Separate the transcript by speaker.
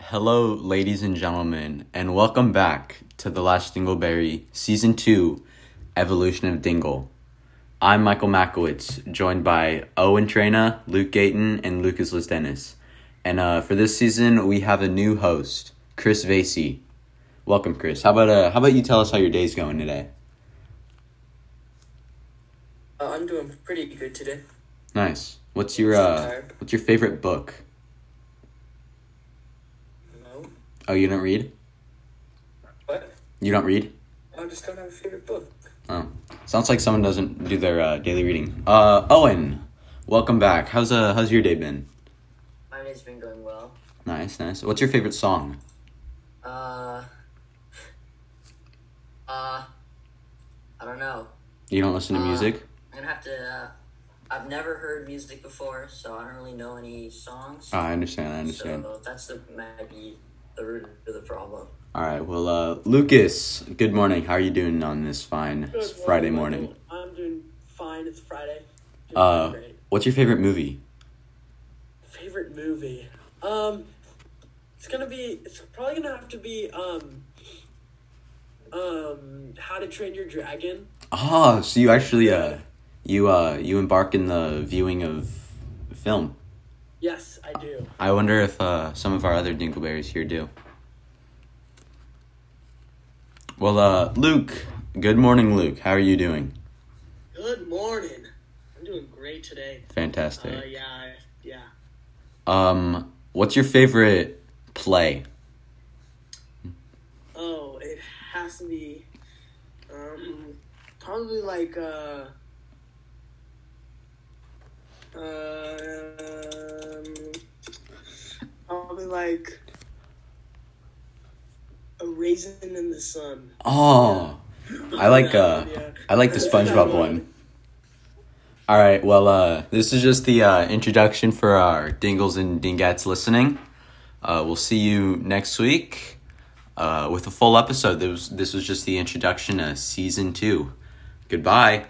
Speaker 1: Hello, ladies and gentlemen, and welcome back to The Last Dingleberry, Season 2 Evolution of Dingle. I'm Michael Makowitz, joined by Owen Traina, Luke Gayton, and Lucas Lisdenis. And uh, for this season, we have a new host, Chris Vasey. Welcome, Chris. How about uh, how about you tell us how your day's going today?
Speaker 2: Uh, I'm doing pretty good today.
Speaker 1: Nice. What's your uh, what's your favorite book?
Speaker 2: No,
Speaker 1: Oh, you don't read?
Speaker 2: what?
Speaker 1: You don't read?
Speaker 2: I just don't have a favorite book.
Speaker 1: Oh, sounds like someone doesn't do their uh, daily reading. Uh, Owen, welcome back. How's uh, how's your day been?
Speaker 3: My day's been going well.
Speaker 1: Nice, nice. What's your favorite song?
Speaker 3: Uh, uh, I don't know.
Speaker 1: You don't listen to
Speaker 3: Uh,
Speaker 1: music?
Speaker 3: I'm gonna have to. Uh, I've never heard music before, so I don't really know any songs.
Speaker 1: Ah, I understand. I understand.
Speaker 3: So that's the might be the root of the problem.
Speaker 1: All right. Well, uh, Lucas, good morning. How are you doing on this fine
Speaker 4: Good
Speaker 1: Friday morning?
Speaker 4: Michael. I'm doing fine. It's Friday. Doing
Speaker 1: Uh,
Speaker 4: great.
Speaker 1: what's your favorite movie?
Speaker 4: favorite movie. Um, it's gonna be. It's probably gonna have to be. Um, um, How to Train Your Dragon.
Speaker 1: Ah, so you actually uh, you uh, you embark in the viewing of film.
Speaker 4: Yes, I do.
Speaker 1: I wonder if uh, some of our other Dingleberries here do. Well, uh, Luke, good morning, Luke. How are you doing?
Speaker 5: Good morning. I'm doing great today. Uh,
Speaker 1: Fantastic.
Speaker 5: yeah, I- yeah.
Speaker 1: Um, what's your favorite play?
Speaker 5: Oh, it has to be um, probably like uh, um, probably like a raisin in the sun.
Speaker 1: Oh, I like uh,
Speaker 5: Yeah.
Speaker 1: I like the SpongeBob one. All right. Well, uh, this is just the uh, introduction for our Dingles and Dingettes listening. Uh, we'll see you next week uh, with a full episode. This was, this was just the introduction to season two. Goodbye.